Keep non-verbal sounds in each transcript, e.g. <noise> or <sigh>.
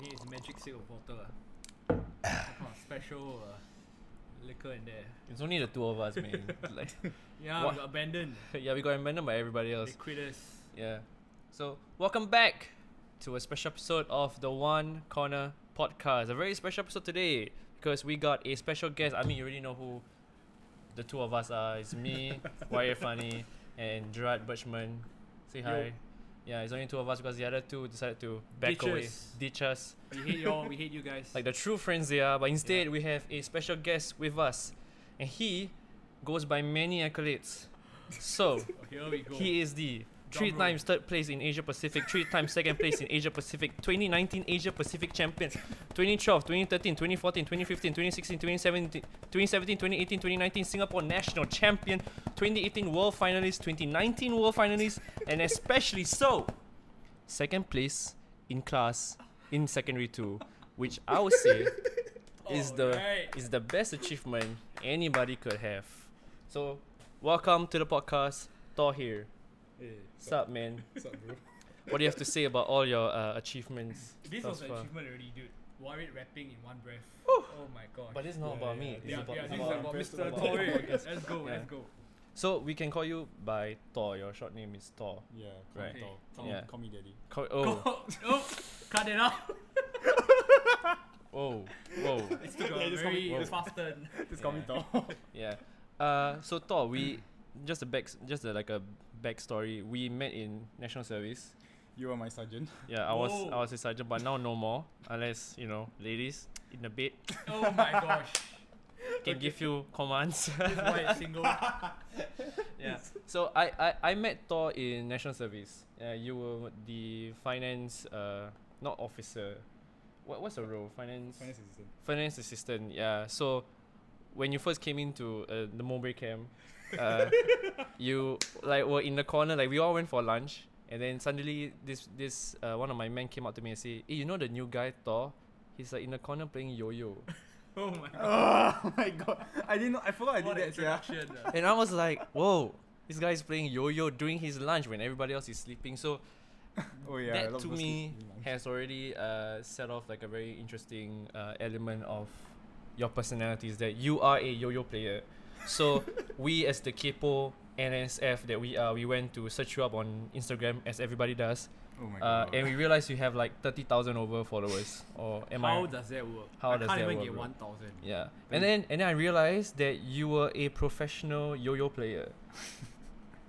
mean, it's magic seal of water. ah. Some kind of special uh, liquor in there. It's only the two of <laughs> us, man. like, <laughs> Yeah, What? we got abandoned. yeah, we got abandoned by everybody else. They quit us. Yeah. So, welcome back to a special episode of the One Corner Podcast. A very special episode today because we got a special guest. I mean, you already know who the two of us are. <laughs> It's me, Wire Funny, and Gerard Birchman. Say hi. Yo. Yeah, it's only two of us because the other two decided to back Ditch away, us. ditch us. We hate y'all. We hate you guys. like the true friends they are. But instead, we have a special guest with us, and he goes by many accolades. So Oh, here we go. he is the three roll. times third place in Asia Pacific, three times second place in Asia Pacific, 2019 Asia Pacific champion, 2012, 2013, 2014, 2015, 2016, 2017, 2017, 2018, 2019 Singapore national champion, 2018 world finalist, 2019 world finalist, and especially so, second place in class in secondary two, which I would say is the Alright. is the best achievement anybody could have. So, welcome to the podcast, Thor here. Hey, <laughs> Sup, man? what's up, Eh, bro? What do you have to say about all your uh, achievements? This thus was an far? achievement already, dude. Warrior rapping in one breath. Oh my god. But it's not Yeah, about yeah, me. yeah, it's yeah, about, yeah, it's this is about- about it's Mr. about- Torre. it's- Let's go, yeah. let's go. So we can call you by Thor. Your short name is Thor. Yeah, call me Right. Thor. Call me- Yeah. call me daddy. Call, oh, Oh, oh, cut it out. oh, whoa, It's took Yeah, a just call me- very Whoa. fast turn. <laughs> Just call me Yeah. Thor. <laughs> yeah. Uh, so Thor, we just a back, just a, like a backstory. We met in national service. you are my <laughs> sergeant. Yeah, I was I Whoa. was a sergeant, but now no more. Unless you know, ladies in the bed Oh my gosh. can give you commands. This is why it's single. yeah. So I, I, I met Thor in national service. Uh, you were the finance uh not officer. What what's the role? Finance Finance assistant. finance assistant. Yeah. So when you first came into uh, the Mowbray camp, uh, you like were in the corner. Like we all went for lunch, and then suddenly this this uh, one of my men came up to me and say, "Hey, you know the new guy Thor? He's like in the corner playing yo-yo." Oh my god. <laughs> Oh my god. I didn't know. I forgot I What an did that, yeah. introduction. uh. and I was like, "Whoa, this guy is playing yo-yo during his lunch when everybody else is sleeping." So Oh, yeah. a lot that of to people sleep me in lunch. has already uh, set off like a very interesting uh, element of your personality is that you are a yo-yo player. So we as the Kepo NSF that we are, we went to search you up on Instagram as everybody does, Oh my uh, god. and we realized you have like thirty thousand over followers. Or <laughs> am How I? does that work? How I does can't that even work, get bro? 1,000. Yeah, and then and then I realized that you were a professional yo-yo player.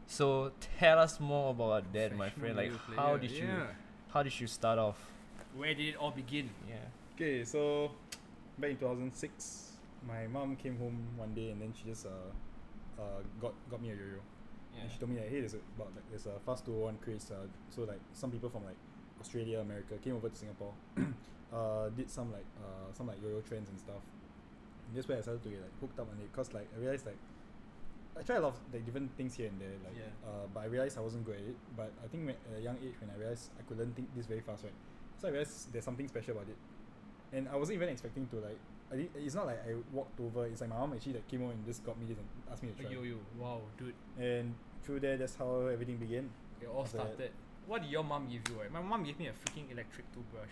so tell us more about that, my friend. Like, Professional yo-yo player, how did you yeah. how did you start off? Where did it all begin? Yeah. Okay, so back in 2006, my mom came home one day and then she just uh, uh, got got me a yo-yo. And she told me like, hey, there's a, about, like, there's a fast 201 craze. Uh, so like some people from like Australia, America came over to Singapore, <coughs> uh, did some like uh, some like yo-yo trends and stuff. And that's where I started to get like hooked up on it. Cause like I realized like I tried a lot of like different things here and there. Like, Yeah. uh, but I realized I wasn't good at it. But I think when, at a young age when I realized I could learn thi- this very fast, right? So I realized there's something special about it. And I wasn't even expecting to like. I did, it's not like I walked over. It's like my mom actually like came over and just got me this and asked me to A try. yo-yo. Wow, dude. And through there, that's how everything began. It all That- started. What did your mom give you? Right? My mom gave me a freaking electric toothbrush.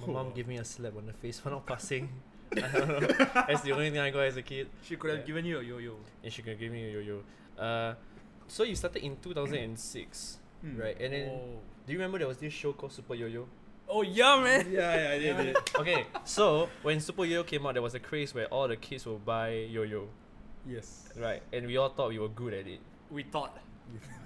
My mom gave me a slap on the face for not passing. <laughs> I don't know. <laughs> That's the only thing I got as a kid. She could have Yeah. given you a yo-yo. And she could give me a yo-yo. Uh, so you started in 2006, Hmm. right? And then, oh. do you remember there was this show called Super Yo-Yo? oh yeah, <laughs> Yeah, <laughs> man. yeah, I did. I did. Okay, so when Super Yo-Yo came out, there was a craze where all the kids would buy yo-yo, yes. right? And we all thought we were good at it. We thought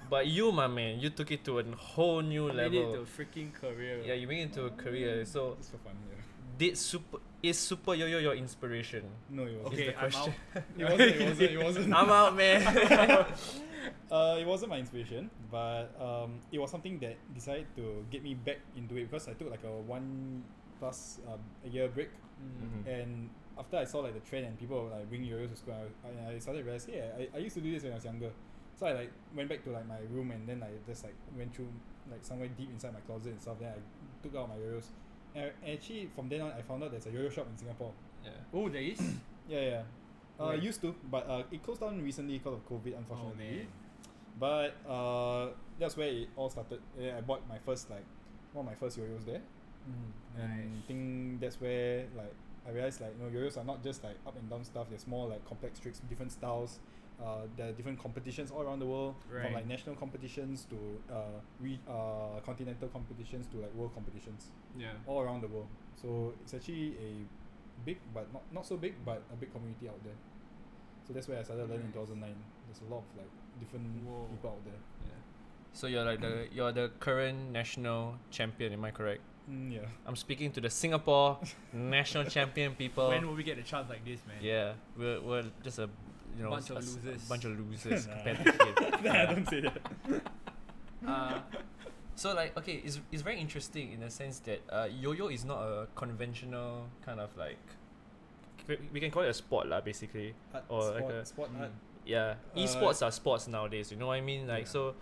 But you, my man, you took it to a whole new made it to a Mm. level. freaking career. Yeah, you made it to a career. So, Just for fun, yeah. did super is Super Yo-Yo your <laughs> inspiration? No, it wasn't. Okay, the I'm out. question. <laughs> It wasn't. It wasn't. It wasn't. I'm out, <laughs> man. <laughs> uh, it wasn't my inspiration, but um, it was something that decided to get me back into it because I took like a one plus um, a year break, Mm. Mhm. and after I saw like the trend and people were, like bring yo-yos to school, I, I, I started to realize, yeah, I, I used to do this when I was younger. So I like went back to like my room and then I just like went through like somewhere deep inside my closet and stuff. Then I took out my yo-yos, and I- actually from then on I found out there's a yo-yo shop in Singapore. yeah. Oh, there is. Yeah, yeah. Uh, Where? used to, but uh, it closed down recently because of COVID, oh unfortunately. man. But uh, that's where it all started. Yeah, I bought my first like one of my first yo-yos there, Mm-hmm. Mm. And Nice. I think that's where like I realized like you know yo-yos are not just like up and down stuff. There's more like complex tricks, different styles. Uh, there are different competitions all around the world, Right. from like national competitions to uh, re- uh, continental competitions to like world competitions, Mm-hmm. Yeah. all around the world. So it's actually a big, but not, not so big, but a big community out there. So that's where I started learning in Nice. 2009. There's a lot of like different Whoa. people out there. Yeah. So you're like the you're the current national champion. Am I correct? Mm, yeah. I'm speaking to the Singapore national champion people. when will we get a chance like this, man? yeah, we're, we're just a you know Bunch of a s- a losers. bunch <laughs> of losers Nah. compared to him. <laughs> nah, don't say that. Uh, so like okay, it's it's very interesting in the sense that uh, yo-yo is not a conventional kind of like we- we can call it a sport lah basically. Art, Or like sport, a- sport Mm. art. Yeah, Uh, esports are sports nowadays. You know what I mean? Like Yeah. so,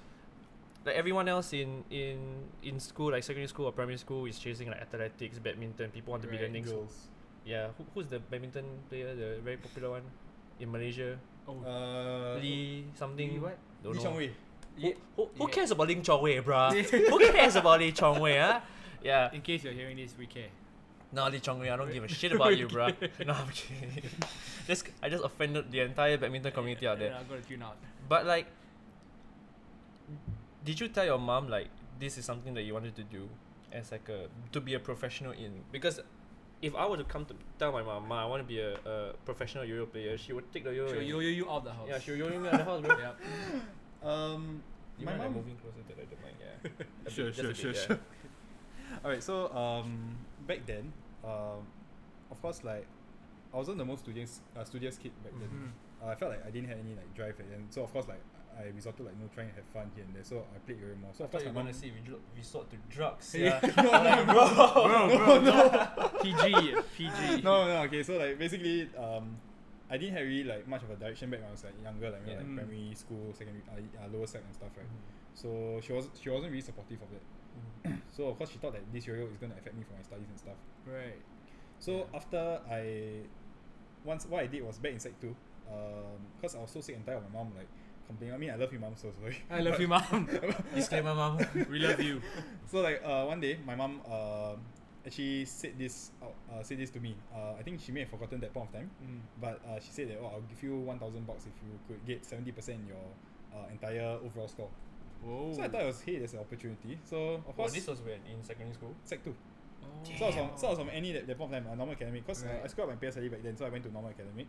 like everyone else in in in school, like secondary school or primary school, is chasing like athletics, badminton. People want to be the Right, next. Girls. Yeah, Who, who's the badminton player? The very popular one in Malaysia, Oh. Uh, Lee something. Lee what? Don't Lee know. Chong Wei. Who, who, who yeah. cares about Ling Chong Wei, <laughs> bruh? who cares about Lee Chong Wei, huh? Yeah. In case you're hearing this, we care. No, Lee Chong Wei, I don't give a shit about you, <laughs> bruh. <laughs> No, I'm kidding. Just, I just offended the entire badminton community out there. Yeah, I'm gonna tune out. But like, did you tell your mom like this is something that you wanted to do as like a to be a professional in? Because if I were to come to tell my mom, "Ma, I want to be a, a professional yo-yo player, she would take the yo-yo. She'll and- yo yo you out the house. yeah, she would yo-yo me out the house, <laughs> bro. Yep. Um, You my mind like, mom. moving closer to the, the mic? <laughs> Yeah. A Sure, bit- just a bit, sure, sure, yeah. sure. All right, so um, back then, um, of course, like I wasn't the most studious, uh, studious kid back then. Mm-hmm. Mhm. Uh, I felt like I didn't have any like drive, and so of course, like I resulted like you know trying to have fun here and there. So I played very more. So I of course, thought my you were mom. <laughs> gonna say we dro- resort to drugs. Yeah. Yeah. No, <laughs> Like, no, bro. <laughs> Bro, bro, no. PG, PG. no, no, okay. So like basically, um, I didn't have really like much of a direction back when I was like younger, like, you know, Yeah. Mm-hmm. like Mm. primary school, secondary, uh, uh, lower sec and stuff, right? So she was she wasn't really supportive of that. So of course she thought that this yo-yo is gonna affect me for my studies and stuff. Right. So Yeah. after I, once what I did was back in sec two, because I was so sick and tired of my mom like complaining. I mean I love you mom so sorry. <laughs> I love <laughs> you, mom. Disclaimer, mom. <laughs> we love you. So like uh, one day my mom uh, actually said this out, uh, said this to me. Uh, I think she may have forgotten that point of time, Mm. but uh, she said that oh I'll give you one thousand bucks if you could get seventy percent your uh, entire overall score. Whoa. So I thought it was hey there's an opportunity. So of Oh, course this was when in secondary school. sec two. Oh. So I was from so I was from any that, that point of time, uh, normal academic. Cause uh, I Right. screwed up my PSLE back then, so I went to normal academic.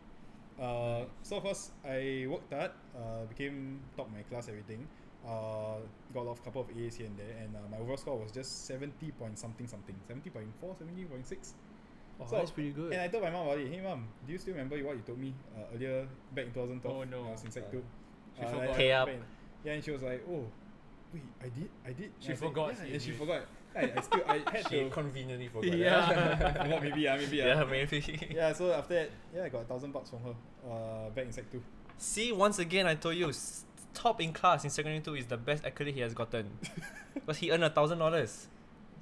Uh, so first I worked hard, uh, became top of my class, everything. Uh, got a lot of couple of A's here and there, and uh, my overall score was just seventy point something something, 70.4, 70.6. Oh, so- that's pretty good. And I told my mom about it. Hey mom, do you still remember what you told me uh, earlier back in 2012? Oh, no. when I was in sec Uh, two. she Uh, forgot. like, Pay up. back in- Yeah, and she was like, oh, wait, I did, I did. She And I said, forgot, Yeah, she and she did. forgot. I, I still, I <laughs> had She to. conveniently forgot. <laughs> that. Yeah. Well, uh, maybe, yeah, maybe, <laughs> yeah. Yeah, maybe. yeah, so after that, yeah, I got a thousand bucks from her uh, back in sec two. See, once again, I told you, s- top in class in secondary two is the best accolade he has gotten. Because he earned a thousand dollars.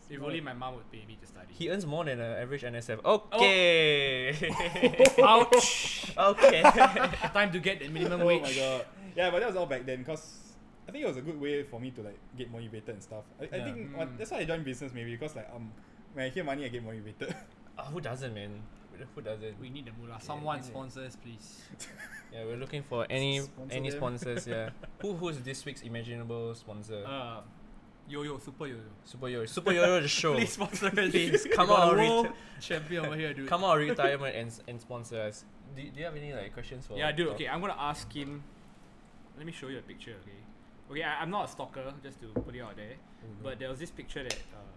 if only my mom would pay me to study. He earns more than an average NSF. Okay. <laughs> <laughs> Ouch. <laughs> okay. Uh, Time to get the minimum oh wage. my god. Yeah, but that was all back then because I think it was a good way for me to like get motivated and stuff. I, I Yeah. think one- Mm. that's why I joined business maybe because like um when I hear money I get <laughs> motivated. Oh, who doesn't, man? Who- Who doesn't? We need the mullah. Yeah, Someone yeah. sponsors, please. Yeah, we're looking for any Sponsor any them. sponsors. Yeah. Who who's this week's imaginable sponsor? Uh, yo yo, super yo yo. Super Yo Super Yo the show. Please sponsor <laughs> us. <laughs> Please, We come got on, a ret- world champion over here, dude. Come out of retirement and, s- and sponsor us. Do, do you have any like questions for? Yeah, dude. for- Okay, I'm gonna ask him. Let me show you a picture, okay? Okay, I, I'm not a stalker, just to put it out there. Mm-hmm. Oh, no. But there was this picture that. Uh,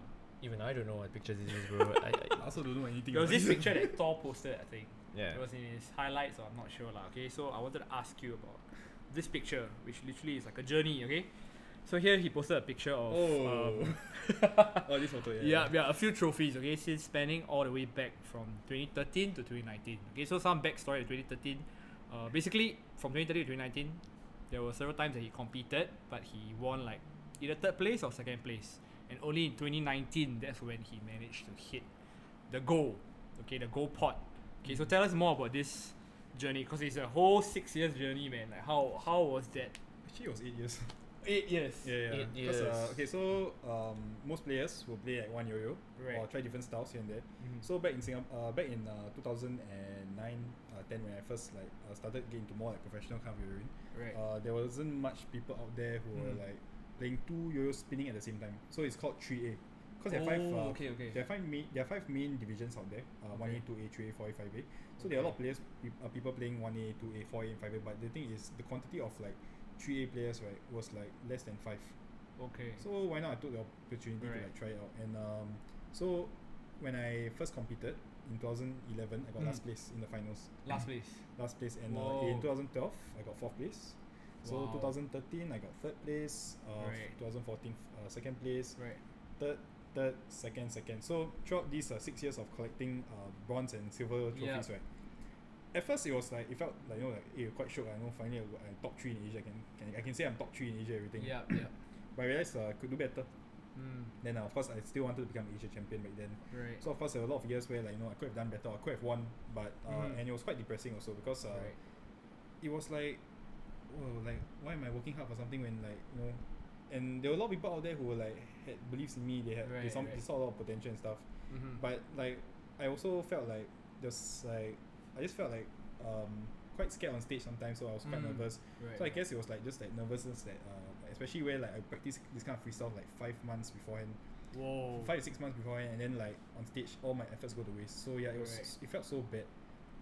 even I don't know what pictures this is, bro. I, I, <laughs> also don't know anything. there was this <laughs> picture that Thor posted, I think. yeah. It was in his highlights, or I'm not sure lah. Okay, so I wanted to ask you about this picture, which literally is like a journey. Okay, so here he posted a picture of Oh. um, <laughs> oh, this photo. yeah, Yeah. yeah, a few trophies. Okay, since spanning all the way back from 2013 to 2019. Okay, so some backstory of 2013. Uh, basically, from 2013 to 2019, there were several times that he competed, but he won like either third place or second place. And only in 2019, that's when he managed to hit the goal. Okay, the goal pot. Okay, Mm. so tell us more about this journey, because it's a whole six years journey, man. Like, how how was that? Actually, it was eight years. <laughs> Eight years. Yeah, yeah. Eight 'Cause, years. Uh, okay, so um, most players will play like one yo-yo or Right. try different styles here and there. Mhm. So back in Singapore, uh, back in uh, 2009, uh, 10 when I first like uh, started getting into more like professional kind of yo-yoing, right. uh, there wasn't much people out there who were Mm. like playing two yo-yo spinning at the same time. So it's called 3A. Because there are five, Oh, uh, okay, okay. There are five main, there are five main divisions out there. Uh, Okay. 1A, 2A, 3A, 4A, 5A. So there are a lot of players, peop uh, people playing 1A, 2A, 4A, and 5A. But the thing is, the quantity of like 3A players right was like less than five. okay. So why not I took the opportunity Right. to like try it out. And um, so when I first competed in 2011, I got Mm. last place in the finals. Last place. Last place. And uh, Woah. in 2012, I got fourth place. So Wow. 2013, I got third place. Uh, Right. 2014, uh, second place. Right. Third, third, second, second. So throughout these uh, six years of collecting uh, bronze and silver trophies, Yeah. right? At first, it was like it felt like you know like hey, quite shook. I know finally I'm I'm top three in Asia. I can, can I can say I'm top three in Asia. Everything. Yeah, yeah. But I realized uh, I could do better. Mm, Then uh, of course I still wanted to become Asia champion back then. right. So of course there were a lot of years where like you know I could have done better, I could have won, but uh, Mhm. and it was quite depressing also because uh, right. it was like, whoa, like why am I working hard for something when like you know, and there were a lot of people out there who were like had beliefs in me. They had they, Right, some, they right. saw a lot of potential and stuff. Mm-hmm. But like I also felt like there's like I just felt like um quite scared on stage sometimes, so I was quite Mm. nervous. right. So I guess it was like just like nervousness that uh, like, especially where like I practiced this kind of freestyle like five months beforehand Whoa. five to six months beforehand, and then like on stage, all my efforts go to waste. So yeah, it was Correct. it felt so bad,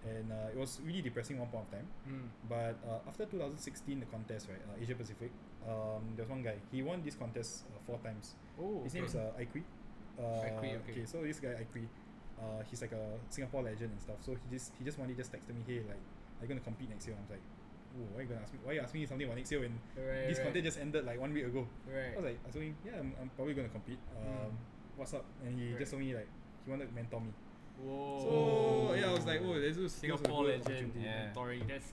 and uh, it was really depressing one point of time. Mm. But uh, after 2016, the contest right, uh, Asia Pacific, um, there was one guy. He won this contest uh, four times. Oh. His name is uh, Aikui. Uh, Aikui, okay. So this guy Aikui, uh, he's like a Singapore legend and stuff. So he just he just one day just texted me, hey, like, are you gonna compete next year? I'm like, oh, why you gonna ask me? Why you asking me something about next year when right, this right. contest just ended like one week ago? Right. Mm. I was like, I told him, yeah, I'm, I'm probably gonna compete. Um, What's up? And he Right. just told me like he wanted to mentor me. Whoa. So yeah, I was like, oh, this is Singapore this was a good legend opportunity. yeah. mentoring. That's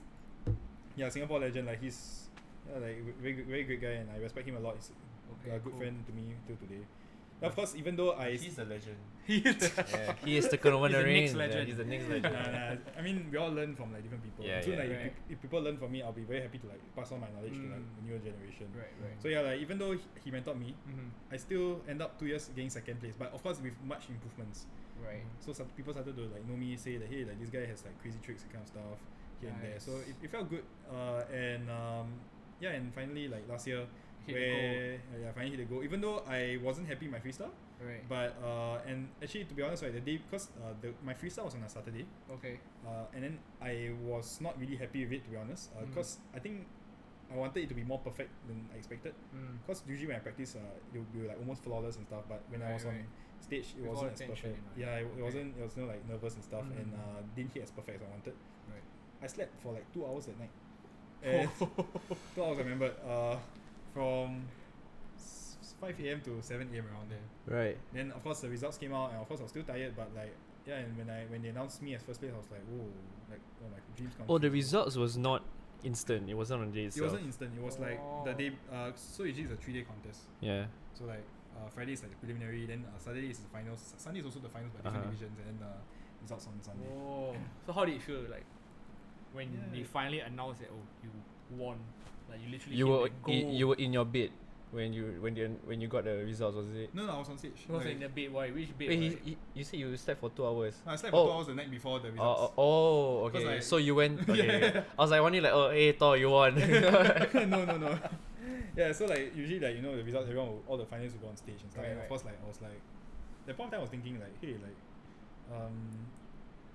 Yeah, Singapore legend. Like he's yeah, like ve- very good- very great guy, and I respect him a lot. He's okay, a good cool. friend to me till today. Now, of course, even though I, He's the legend. <laughs> He is the- Yeah, He is the <laughs> Corona He's the next Reigns, yeah, legend. He's the next <laughs> <laughs> Nah, legend. nah, I mean, we all learn from like different people. Yeah, so yeah. like if, Right. peop- if people learn from me, I'll be very happy to like pass on my knowledge to like Mm. the newer generation. Right, right. So yeah, like even though he, he mentored me, mm-hmm. I still end up two years getting second place, but of course with much improvements. Right. So some people started to like know me, say that hey, like this guy has like crazy tricks and kind of stuff here and there. So Nice. it, it felt good. Uh, and um, yeah, and finally like last year, Hit the where uh, yeah, finally hit the goal. Even though I wasn't happy with my freestyle, Right. but uh, and actually to be honest, right, the day because uh, the, my freestyle was on a Saturday, okay. uh, and then I was not really happy with it to be honest, Mhm. because I think I wanted it to be more perfect than I expected. Mm. Because usually when I practice, uh, it would be like almost flawless and stuff. But when I Right, was right. on stage, it With all wasn't the as tension perfect. in mind. Yeah, it, Okay. it wasn't. It was you know, like nervous and stuff, and Mm. uh, didn't hit as perfect as I wanted. Right. I slept for like two hours <laughs> at night. And two hours, I remember. Uh, from s- s- five a.m. to seven a.m. around there. Right. Then of course the results came out, and of course I was still tired. But like yeah, and when I when they announced me as first place, I was like, whoa, like oh my dreams come. Oh, the true. results was not instant. It wasn't on the day It itself. wasn't instant. It was like the Oh. day. Uh, so usually it's a three-day contest. yeah. So like uh, Friday is like the preliminary, then uh, Saturday is the finals. S- Sunday is also the finals, but different Uh-huh. divisions, and then uh, results on Sunday. Whoa. So how did it feel like when Yeah, they it- finally announced that oh you won, like you literally You hit were the i- goal. you were in your bed when you when you when you got the results, was it? No, no, I was on stage. Who was Like, in the bed? Why? Which bed? Wait, he, was it? he, you said you slept for two hours. I slept for Oh. two hours the night before the results. Oh, oh, oh, Because okay. I- so you <laughs> went. Okay. I was like wondering, like, oh, hey, Thor, you won. <laughs> <laughs> <laughs> no, no, no. Yeah, so like usually like you know the results, everyone will, all the finalists will go on stage and stuff. Right, and right. of course, like I was like, the point of time I was thinking like, hey, like, um,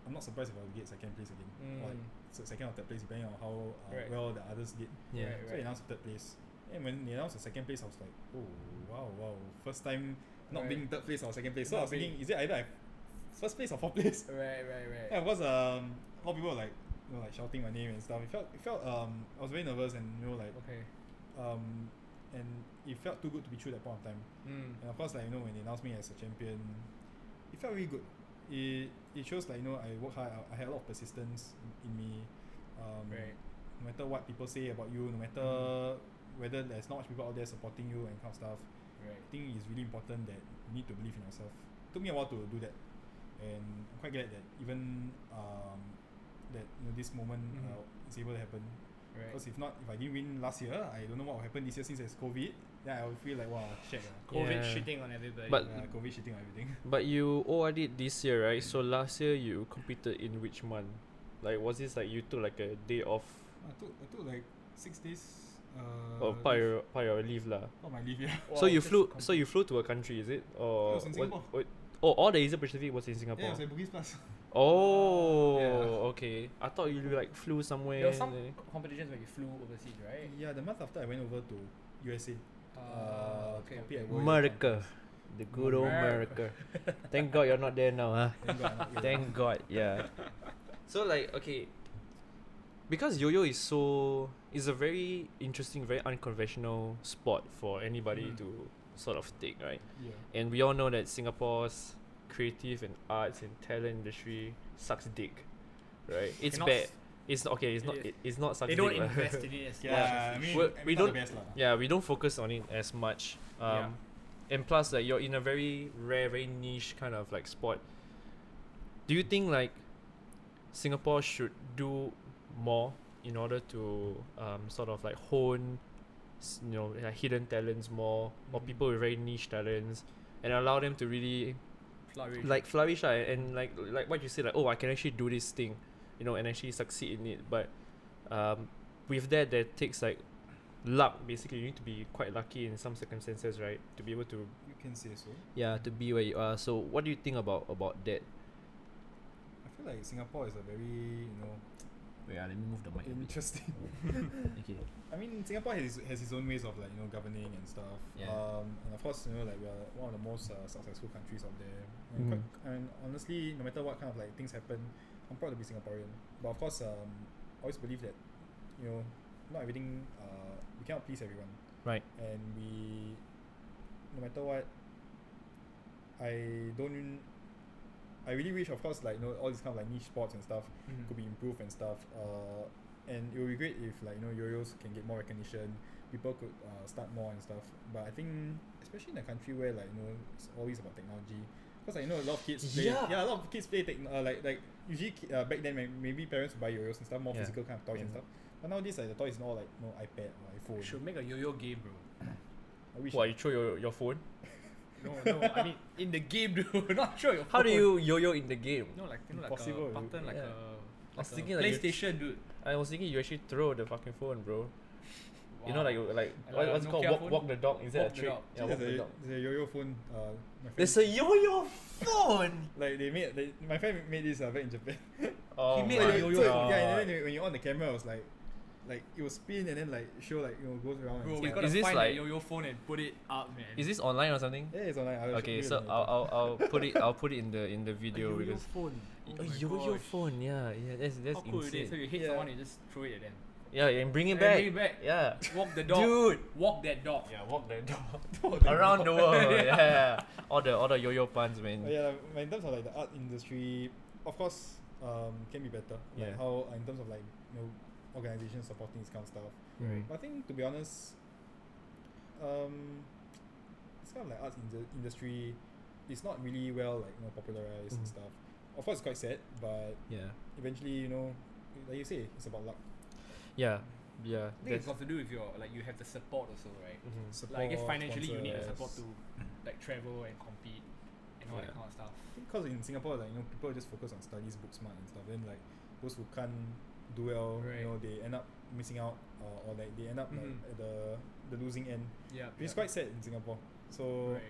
I'm not surprised if I would get second place again, or like Mm. se- second or third place depending on how uh, Right. well the others did. yeah. Right, So they announced third place. And when they announced the second place, I was like, oh, wow, wow. First time not Right. being third place or second place. So Not I was thinking, being- is it either I first place or fourth <laughs> place? Right, right, right. Yeah, of course, um, all people were like, you know, like shouting my name and stuff. It felt, it felt, um, I was very nervous and, you know, like, Okay. um, and it felt too good to be true at that point of time. Mm. And of course, like, you know, when they announced me as a champion, it felt really good. It, it shows, like, you know, I work hard, I, I had a lot of persistence in in me. Um, Right. no matter what people say about you, no matter whether there's not much people out there supporting you and kind of stuff, Right. I think it's really important that you need to believe in yourself. It took me a while to do that, and I'm quite glad that even um, that you know, this moment Mhm. uh, is able to happen. Right. Because if not, if I didn't win last year, I don't know what will happen this year since there's COVID. Yeah, I will feel like wow, shit. ah. COVID Yeah. shitting on everybody. But- yeah, COVID shitting on everything. But you ORD'd this year, right? So last year you competed in which month? Like was this like you took like a day off <laughs> I took I took like six days. Uh, or part of your- part of your leave lah? What my leave? Yeah. so Wow, you that's flew com- so you flew to a country, is it? Or was in Singapore. what- oh, all the Asia Pacific was in Singapore. Yeah, it was at Bugis <laughs> Plus. oh, Yeah. okay. I thought you like flew eh? somewhere. there were some <laughs> and- competitions where you flew overseas, right? Yeah, the month after I went over to USA. Uh, Uh, okay. compete at World Youth America. Conference. The good old America. America. Thank God you're not there now, huh? Thank God I'm not ill. Thank God, yeah. so like okay, because yo-yo is so is a very interesting, very unconventional sport for anybody Mhm. to sort of take, right? <laughs> Yeah. And we all know that Singapore's creative and arts and talent industry sucks dick, right? It's Cannot bad. s- It's not okay. It's It not. is. It, it's not sucks They don't dick, lah. <laughs> invest in it as Yeah, much as they I mean, should. Well, I we mean, not don't- the best lah. yeah, we don't focus on it as much. Um, Yeah. And plus, like you're in a very rare, very niche kind of like sport. Do you think like Singapore should do more in order to um, sort of like hone, s- you know, like, hidden talents more or Mhm. people with very niche talents, and allow them to really Flourish. like flourish lah, and like like what you said like oh I can actually do this thing, you know, and actually succeed in it. But um, with that, that takes like luck. Basically, you need to be quite lucky in some circumstances, right, to be able to You can say so. yeah to be where you are. So what do you think about about that? I feel like Singapore is a very, you know, Wait, ah, let me move the interesting. <laughs> Okay. I mean, Singapore has, has its own ways of like you know governing and stuff. Yeah. Um, and of course, you know, like we are one of the most uh, successful countries out there. And, quite, and honestly, no matter what kind of like things happen, I'm proud to be Singaporean. But of course, um, I always believe that, you know, not everything. Uh, we cannot please everyone. Right. And we, no matter what, I don't. I really wish, of course, like you know, all these kind of like niche sports and stuff Mhm. could be improved and stuff. Uh, and it would be great if like you know yo-yos can get more recognition, people could uh, start more and stuff. But I think especially in a country where like you know it's always about technology, because like you know a lot of kids play Yeah. a lot of kids play techn uh, like like usually ki- uh, back then may- maybe parents would buy yo-yos and stuff more Yeah. physical kind of toys and Yeah. stuff. But nowadays like the toys is all like no iPad or iPhone. should make a yo-yo game, bro. I wish. What you throw your, your phone? No, no, I mean in the game, <laughs> dude. Not sure your <laughs> How do phone. <laughs> you yo-yo in the game? No, like you know, like Impossible, a button, like yeah. a. I was like a thinking like you- PlayStation, dude. I was thinking you actually throw the fucking phone, bro. You know, Wow. like like Like what, a what's it called Nokia walk, phone? walk the dog. Is that Walk a the trick? dog. Yeah, <laughs> there's, walk the a, dog. there's a yo-yo phone. Uh, my friend, There's a yo-yo phone. like they made they, my friend made this uh, back in Japan. Oh made my a yo-yo God. So, yeah, and then when you on the camera, it was like, like it will spin and then like show like you know goes around. Bro, and we Yeah. gotta Is this find like- that yo-yo phone and put it up, man. Is this online or something? Yeah, it's online. I'll show Okay, you so later. <laughs> I'll, I'll I'll put it I'll put it in the in the a video yo-yo because phone? a Oh my yo-yo gosh. phone. Yeah, yeah, that's that's How cool it is. So insane. you hit Yeah. someone, you just throw it at them. Yeah, and bring And it back. bring it back. <laughs> <laughs> Yeah, Walk the dog. dude. Walk that dog. Yeah, walk the dog around the <laughs> world. Yeah, all the all the yo-yo puns, man. Oh, But yeah, like, in terms of like the art industry, of course, um, can be better. Like Yeah. how uh, in terms of like you know organizations supporting this kind of stuff. Mm. But I think to be honest, um, it's kind of like arts in the industry. It's not really well like you know popularized Mhm. and stuff. Of course, it's quite sad, but Yeah, eventually you know, like you say, it's about luck. yeah, yeah. I think it's got that's- to do with your like you have the support also, right? Mhm. Support, Like I guess financially you need the support sponsors. to like travel and compete and all Yeah. that kind of stuff. because in Singapore, like you know, people just focus on studies, book smart and stuff. Then like those who can't do well, Right. you know, they end up missing out, uh, or like they end up Mhm. like at the the losing end, Yeah, which is quite sad in Singapore. So Right.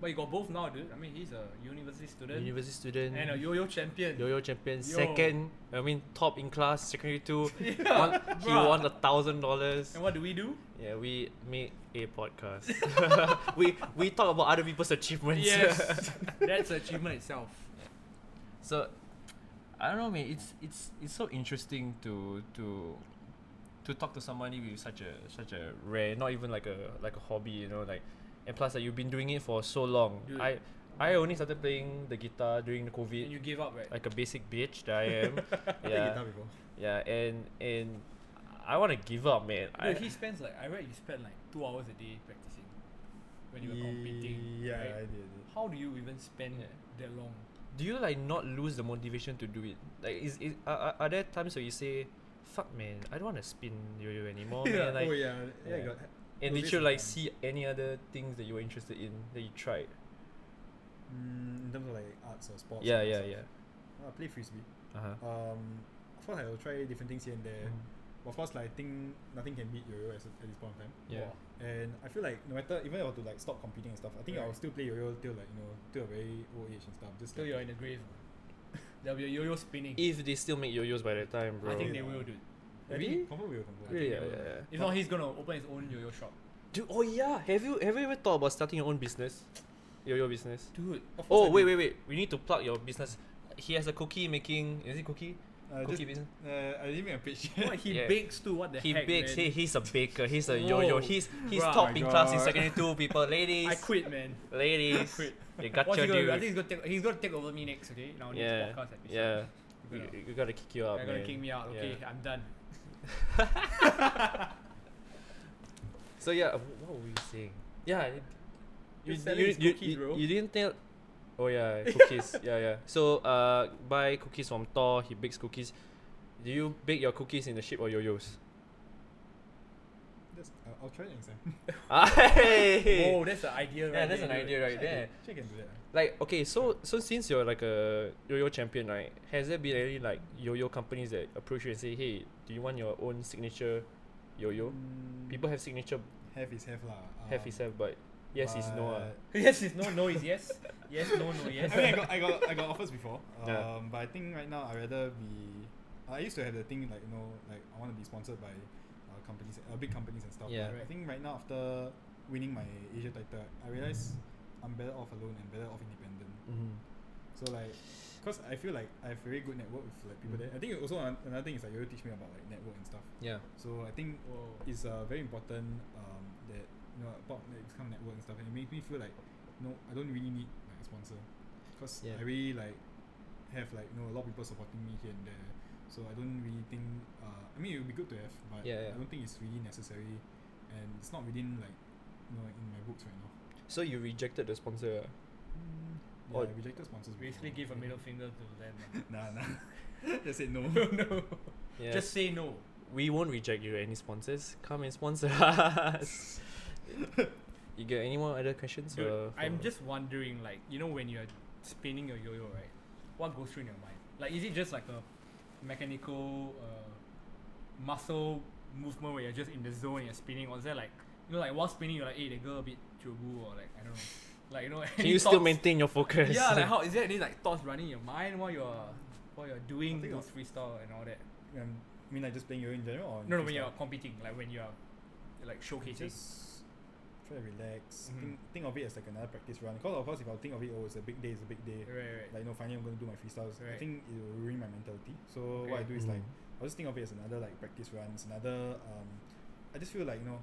But you got both now, dude. I mean, he's a university student University student. and a yo-yo champion. <laughs> Yo-yo champion, Yo. second. I mean, top in class, <laughs> secondary two. yeah. Won, he bruh. won a thousand dollars. And what do we do? Yeah, we made a podcast. <laughs> we we talk about other people's achievements. <laughs> Yes, that's achievement itself. so, I don't know, man. It's it's it's so interesting to to to talk to somebody with such a such a rare, not even like a like a hobby, you know, like, and plus like you've been doing it for so long. Dude. I I only started playing the guitar during the COVID. And you give up, right? like a basic bitch that I <laughs> am. <laughs> I played yeah, guitar before. yeah, and and I want to give up, man. I, Dude, he spends like I read you spend like two hours a day practicing when you were competing. yeah, I right? did. I did. How do you even spend Yeah. that long? do you like not lose the motivation to do it? Like, is, is are, are- are there times where you say, fuck man, I don't want to spin yo-yo <laughs> anymore, yeah. man. Like, oh yeah, yeah. yeah. Got, And no, did this you is like fun. see any other things that you were interested in that you tried? mm, in terms of like arts or sports. yeah, and yeah, stuff. yeah. I play frisbee. Uh huh. Um, of course, I will try different things here and there. Mm. Mm-hmm. Of course, like I think nothing can beat yo-yo as- at this point in time. Yeah. And I feel like no matter even if I were to like stop competing and stuff, I think I will Right. still play yo-yo till like you know till a very old age and stuff. Just Still, like, you're in the grave. man. <laughs> There'll be a yo-yo spinning. If they still make yo-yos by that time, bro. I think they Yeah. will do. I think Really? confirm will confirm. Really, yeah, they will. yeah, yeah. If not, he's gonna open his own yo-yo shop. Dude, oh yeah. Have you have you ever thought about starting your own business? Yo-yo business. Dude, Of Oh course I wait, do. wait, wait. We need to plug your business. He has a cookie making. Is it cookie? Uh, cookie just, business. uh, I didn't make a <laughs> page. <laughs> what he Yeah. bakes too? What the He heck? bakes. man? Hey, he's a baker. <laughs> He's a yo-yo. Whoa. He's he's Bruh. top My in class in God. secondary two. People, ladies, <laughs> I quit, man. ladies, quit. you got What's your he gonna do? I dude. think he's gonna take. He's gonna take over me next. Okay, now next Yeah, podcast episode. yeah. You We, know. we gotta kick you out, They're man. gonna kick me out. Okay, I'm done. So yeah, uh, wh- what were we saying? Yeah, it- You're you selling you, his you, cookies, you- bro. you didn't tell. Oh <laughs> yeah, cookies. yeah, yeah. So uh, buy cookies from Thor. He bakes cookies. Do you bake your cookies in the shape of yo-yos? <laughs> That's, uh, I'll try it next time. Ah, <laughs> hey! Oh, that's an idea. Yeah, right that's there, an dude. idea right Actually, I <laughs> there. can- actually I can do that. Like okay, so so since you're like a yo-yo champion, right? Has there been any like yo-yo companies that approach you and say, "Hey, do you want your own signature yo-yo?" Mm, People have signature, have is have lah. have um, is have, but yes is no. ah. but- <laughs> Yes is no, no is yes. Yes, no, no, yes. <laughs> I mean, I got, I got, I got offers before. Um, Yeah. but I think right now I would rather be. I used to have the thing like you know, like I want to be sponsored by uh, companies, uh, big companies and stuff. Yeah. But I Right. think right now after winning my Asia title, I realize I'm better off alone and better off independent. Mhm. So like, cause I feel like I have very good network with like people Mm. there. I think also an- another thing is like you teach me about like network and stuff. Yeah. So I think Whoa. it's uh, very important um, that you know about like, this kind of network and stuff, and it makes me feel like no, I don't really need like a sponsor, because Yeah. I really like have like you know a lot of people supporting me here and there. So I don't really think. Uh, I mean, it would be good to have, but Yeah, yeah. I don't think it's really necessary, and it's not within like you know in my books right now. So you rejected the sponsor. ah? Yeah, Or- I rejected sponsors. Basically, before. give a middle <laughs> finger to <laughs> them. man. Nah, nah. <laughs> Just said no. <laughs> no. Yeah. Just say no. we won't reject you any sponsors. Come and sponsor <laughs> us. you got any more other questions? Dude, or I'm for- just wondering, like, you know, when you're spinning your yo-yo, right? What goes through in your mind? Like, is it just like a mechanical uh, muscle movement where you're just in the zone and you're spinning, or is there like, you know, like while spinning, you're like, hey, the girl a bit chubu, or like, I don't know, like you know. <laughs> Can any you still thoughts- maintain your focus? Yeah, <laughs> like how is there any like thoughts running in your mind while you're while you're doing think those freestyle and all that? Um, I mean, like just playing your in general. Or in No, no, when freestyle? you're competing, like when you're like showcasing. Just try to relax. Mhm. Think, think of it as like another practice run. Because of course, if I think of it, oh, it's a big day, it's a big day. Right, right. Like, you know, finally I'm going to do my freestyles. I Right. think it will ruin my mentality. So what I Okay. do is like, Mm. I just think of it as another like practice run. It's another. Um, I just feel like you know,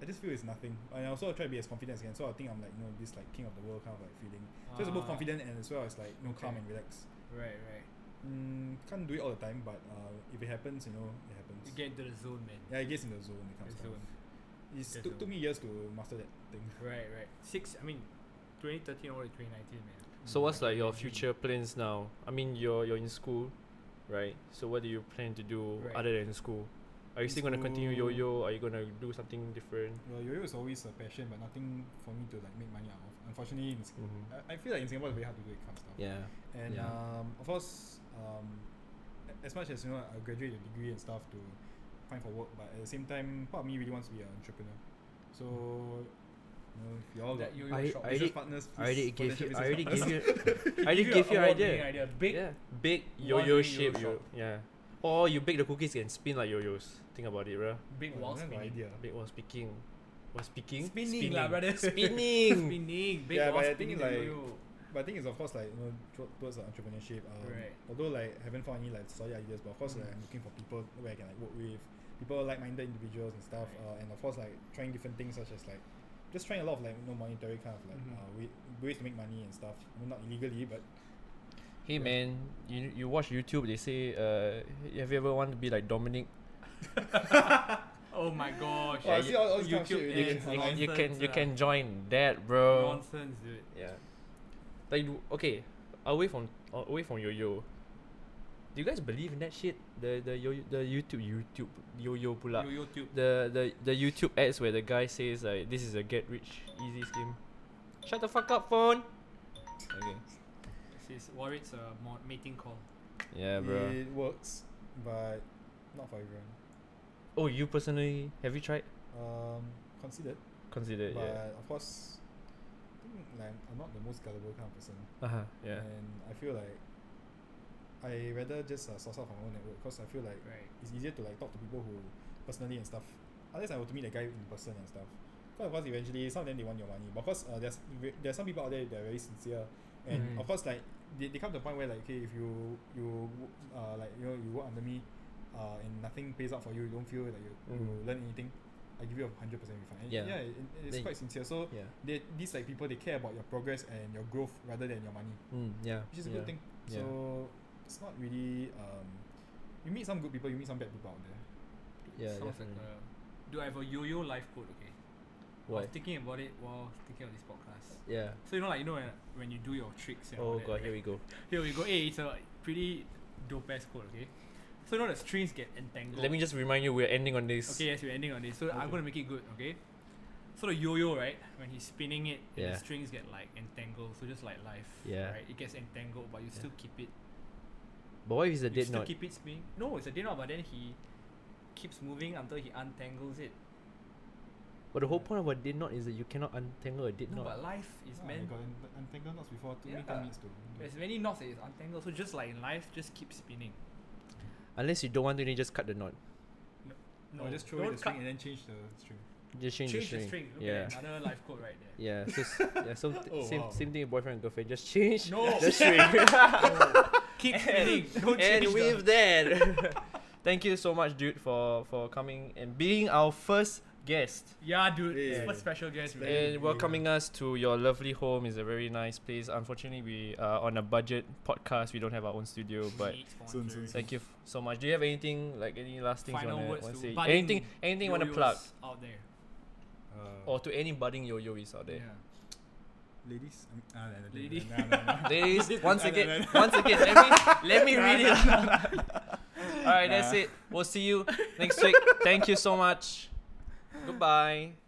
I just feel it's nothing. And I also try to be as confident as I can. So I think I'm like you know this like king of the world kind of like feeling. So it's both Ah, confident and as well as like you know calm Okay. and relax. Right, right. Mm, can't do it all the time, but uh, if it happens, you know, it happens. You get into the zone, man. yeah, it gets in the zone. It comes The zone. It's Get took, took zone. me years to master that thing. Right, right. Six. I mean, 2013 or 2019, man. So what's like your Mhm. future plans now? I mean, you're you're in school, right? So what do you plan to do Right. other than school? Are you In still gonna continue school- yo-yo? Are you gonna do something different? Well, yo-yo is always a passion, but nothing for me to like make money out of. Unfortunately, in Singapore, Mhm. I, I feel like in Singapore it's very hard to do it kind of stuff. Yeah. And Yeah. um, of course, um, a- as much as you know, I graduate a degree and stuff to find for work, but at the same time, part of me really wants to be an entrepreneur. So, you know, if you all That got yo-yo I- shop. I business already- partners, I already please, gave you. potential I already <laughs> business gave you. I Give already you gave you an an award-winning idea. idea. Big. yeah. big one yo-yo ring shape. yo-yo Yo- yeah. Or you bake the cookies and spin like yo-yos. Think about it, bro. Big partners. wall Oh, that's an spinning. idea. Big was speaking. Was speaking. Spinning, lah, brother. Spinning. <laughs> Spinning. Big Yeah, wall but I spinning. think, Like, like- But I think it's of course like you know tro- towards the entrepreneurship. Um, Right. Although like haven't found any like solid ideas, but of course like Mm. I'm looking for people where I can like work with people like-minded individuals and stuff. Right. Uh, and of course like trying different things such as like just trying a lot of like no monetary kind of like Mhm. uh, way, ways to make money and stuff. I mean, not illegally, but Hey man, you you watch YouTube? They say, uh, have you ever want to be like Dominic? <laughs> oh my gosh. Oh, I see all- all this kind of YouTube. shit You, Yeah, ads, it's can, you, you can nonsense, you lah. can join that, bro. Nonsense, dude. Yeah. Like w- okay, away from uh, away from yo yo. Do you guys believe in that shit? The the yo the YouTube YouTube yo yo pula. Yo- YouTube. The the the YouTube ads where the guy says like this is a get rich easy scheme. Shut the fuck up, phone. Okay. This is Warwick's uh, mo- mating call. Yeah, bro. It works, but not for everyone. Oh, you personally have you tried? Um, considered, Considered? but Yeah. of course, I think like I'm not the most gullible kind of person, Uh huh. Yeah. and I feel like I rather just uh, source out from my own network because I feel like Right. it's easier to like talk to people who personally and stuff. Unless I were to meet the guy in person and stuff. Because of course eventually some of them they want your money. But of course uh, there's ve- there's some people out there that are very sincere and Mm. of course like they, they come to a point where like okay if you you uh, like you know you work under me uh, and nothing pays out for you, you don't feel like you, you Mm. learn anything, I give you a hundred percent refund. And Yeah. yeah it, it's They- quite sincere. So Yeah. they, these like people they care about your progress and your growth rather than your money Mm, yeah. which is a yeah. good thing. Yeah. So it's not really um, you meet some good people, you meet some bad people out there. Yeah, Sounds like definitely. a- do I have a yo-yo life code? Okay. I Why? was thinking about it while thinking of this podcast. Yeah. So you know, like you know, when, when you do your tricks. And all Oh that, god, right? here we go. Here we go. Hey, it's a pretty dope ass code. Okay. So you know the strings get entangled. Let me just remind you, we're ending on this. Okay, yes, we're ending on this. So I'm Okay. gonna make it good, okay? So the yo-yo, right? When he's spinning it, Yeah. the strings get like entangled. So just like life, Yeah. right? It gets entangled, but you Yeah. still keep it. But what if it's a you dead still knot? keep it spinning. No, it's a dead knot, but then he keeps moving until he untangles it. But the whole point of a dead knot is that you cannot untangle a dead No, knot. but life is Ah, meant. I got en- entangled knots before. Took me Yeah. ten minutes to. do. There's many knots that is untangled. So just like in life, just keep spinning. Unless you don't want to, then just cut the knot. No, just throw away don't the cut- string and then change the string. Just change, Change the string. Look yeah. at that, another life code right there. Yeah, so s- yeah, so th- Oh, same wow. same thing with boyfriend and girlfriend. Just change No. <laughs> the string. <laughs> Keep spinning. Don't change and the- with that, <laughs> thank you so much, dude, for for coming and being our first guest Yeah, dude. Yeah, super yeah. special guest, man. Thank you. and welcoming us to your lovely home. is a very nice place. Unfortunately, we are on a budget podcast. We don't have our own studio, but Need Soon, soon, sponsors. Thank you f- so much. Do you have anything like any last things you Final wanna, words wanna to say? budding Anything anything you wanna plug yo-yos out there. Uh, or to any budding yo-yois out there? Yeah. ladies. I mean, ah, no, no, no, Lady. no, no, no, <laughs> no. <laughs> Ladies, once no, again, no, once again, let me let me read it. All right, that's Nah. it. We'll see you next week. Thank you so much. Goodbye.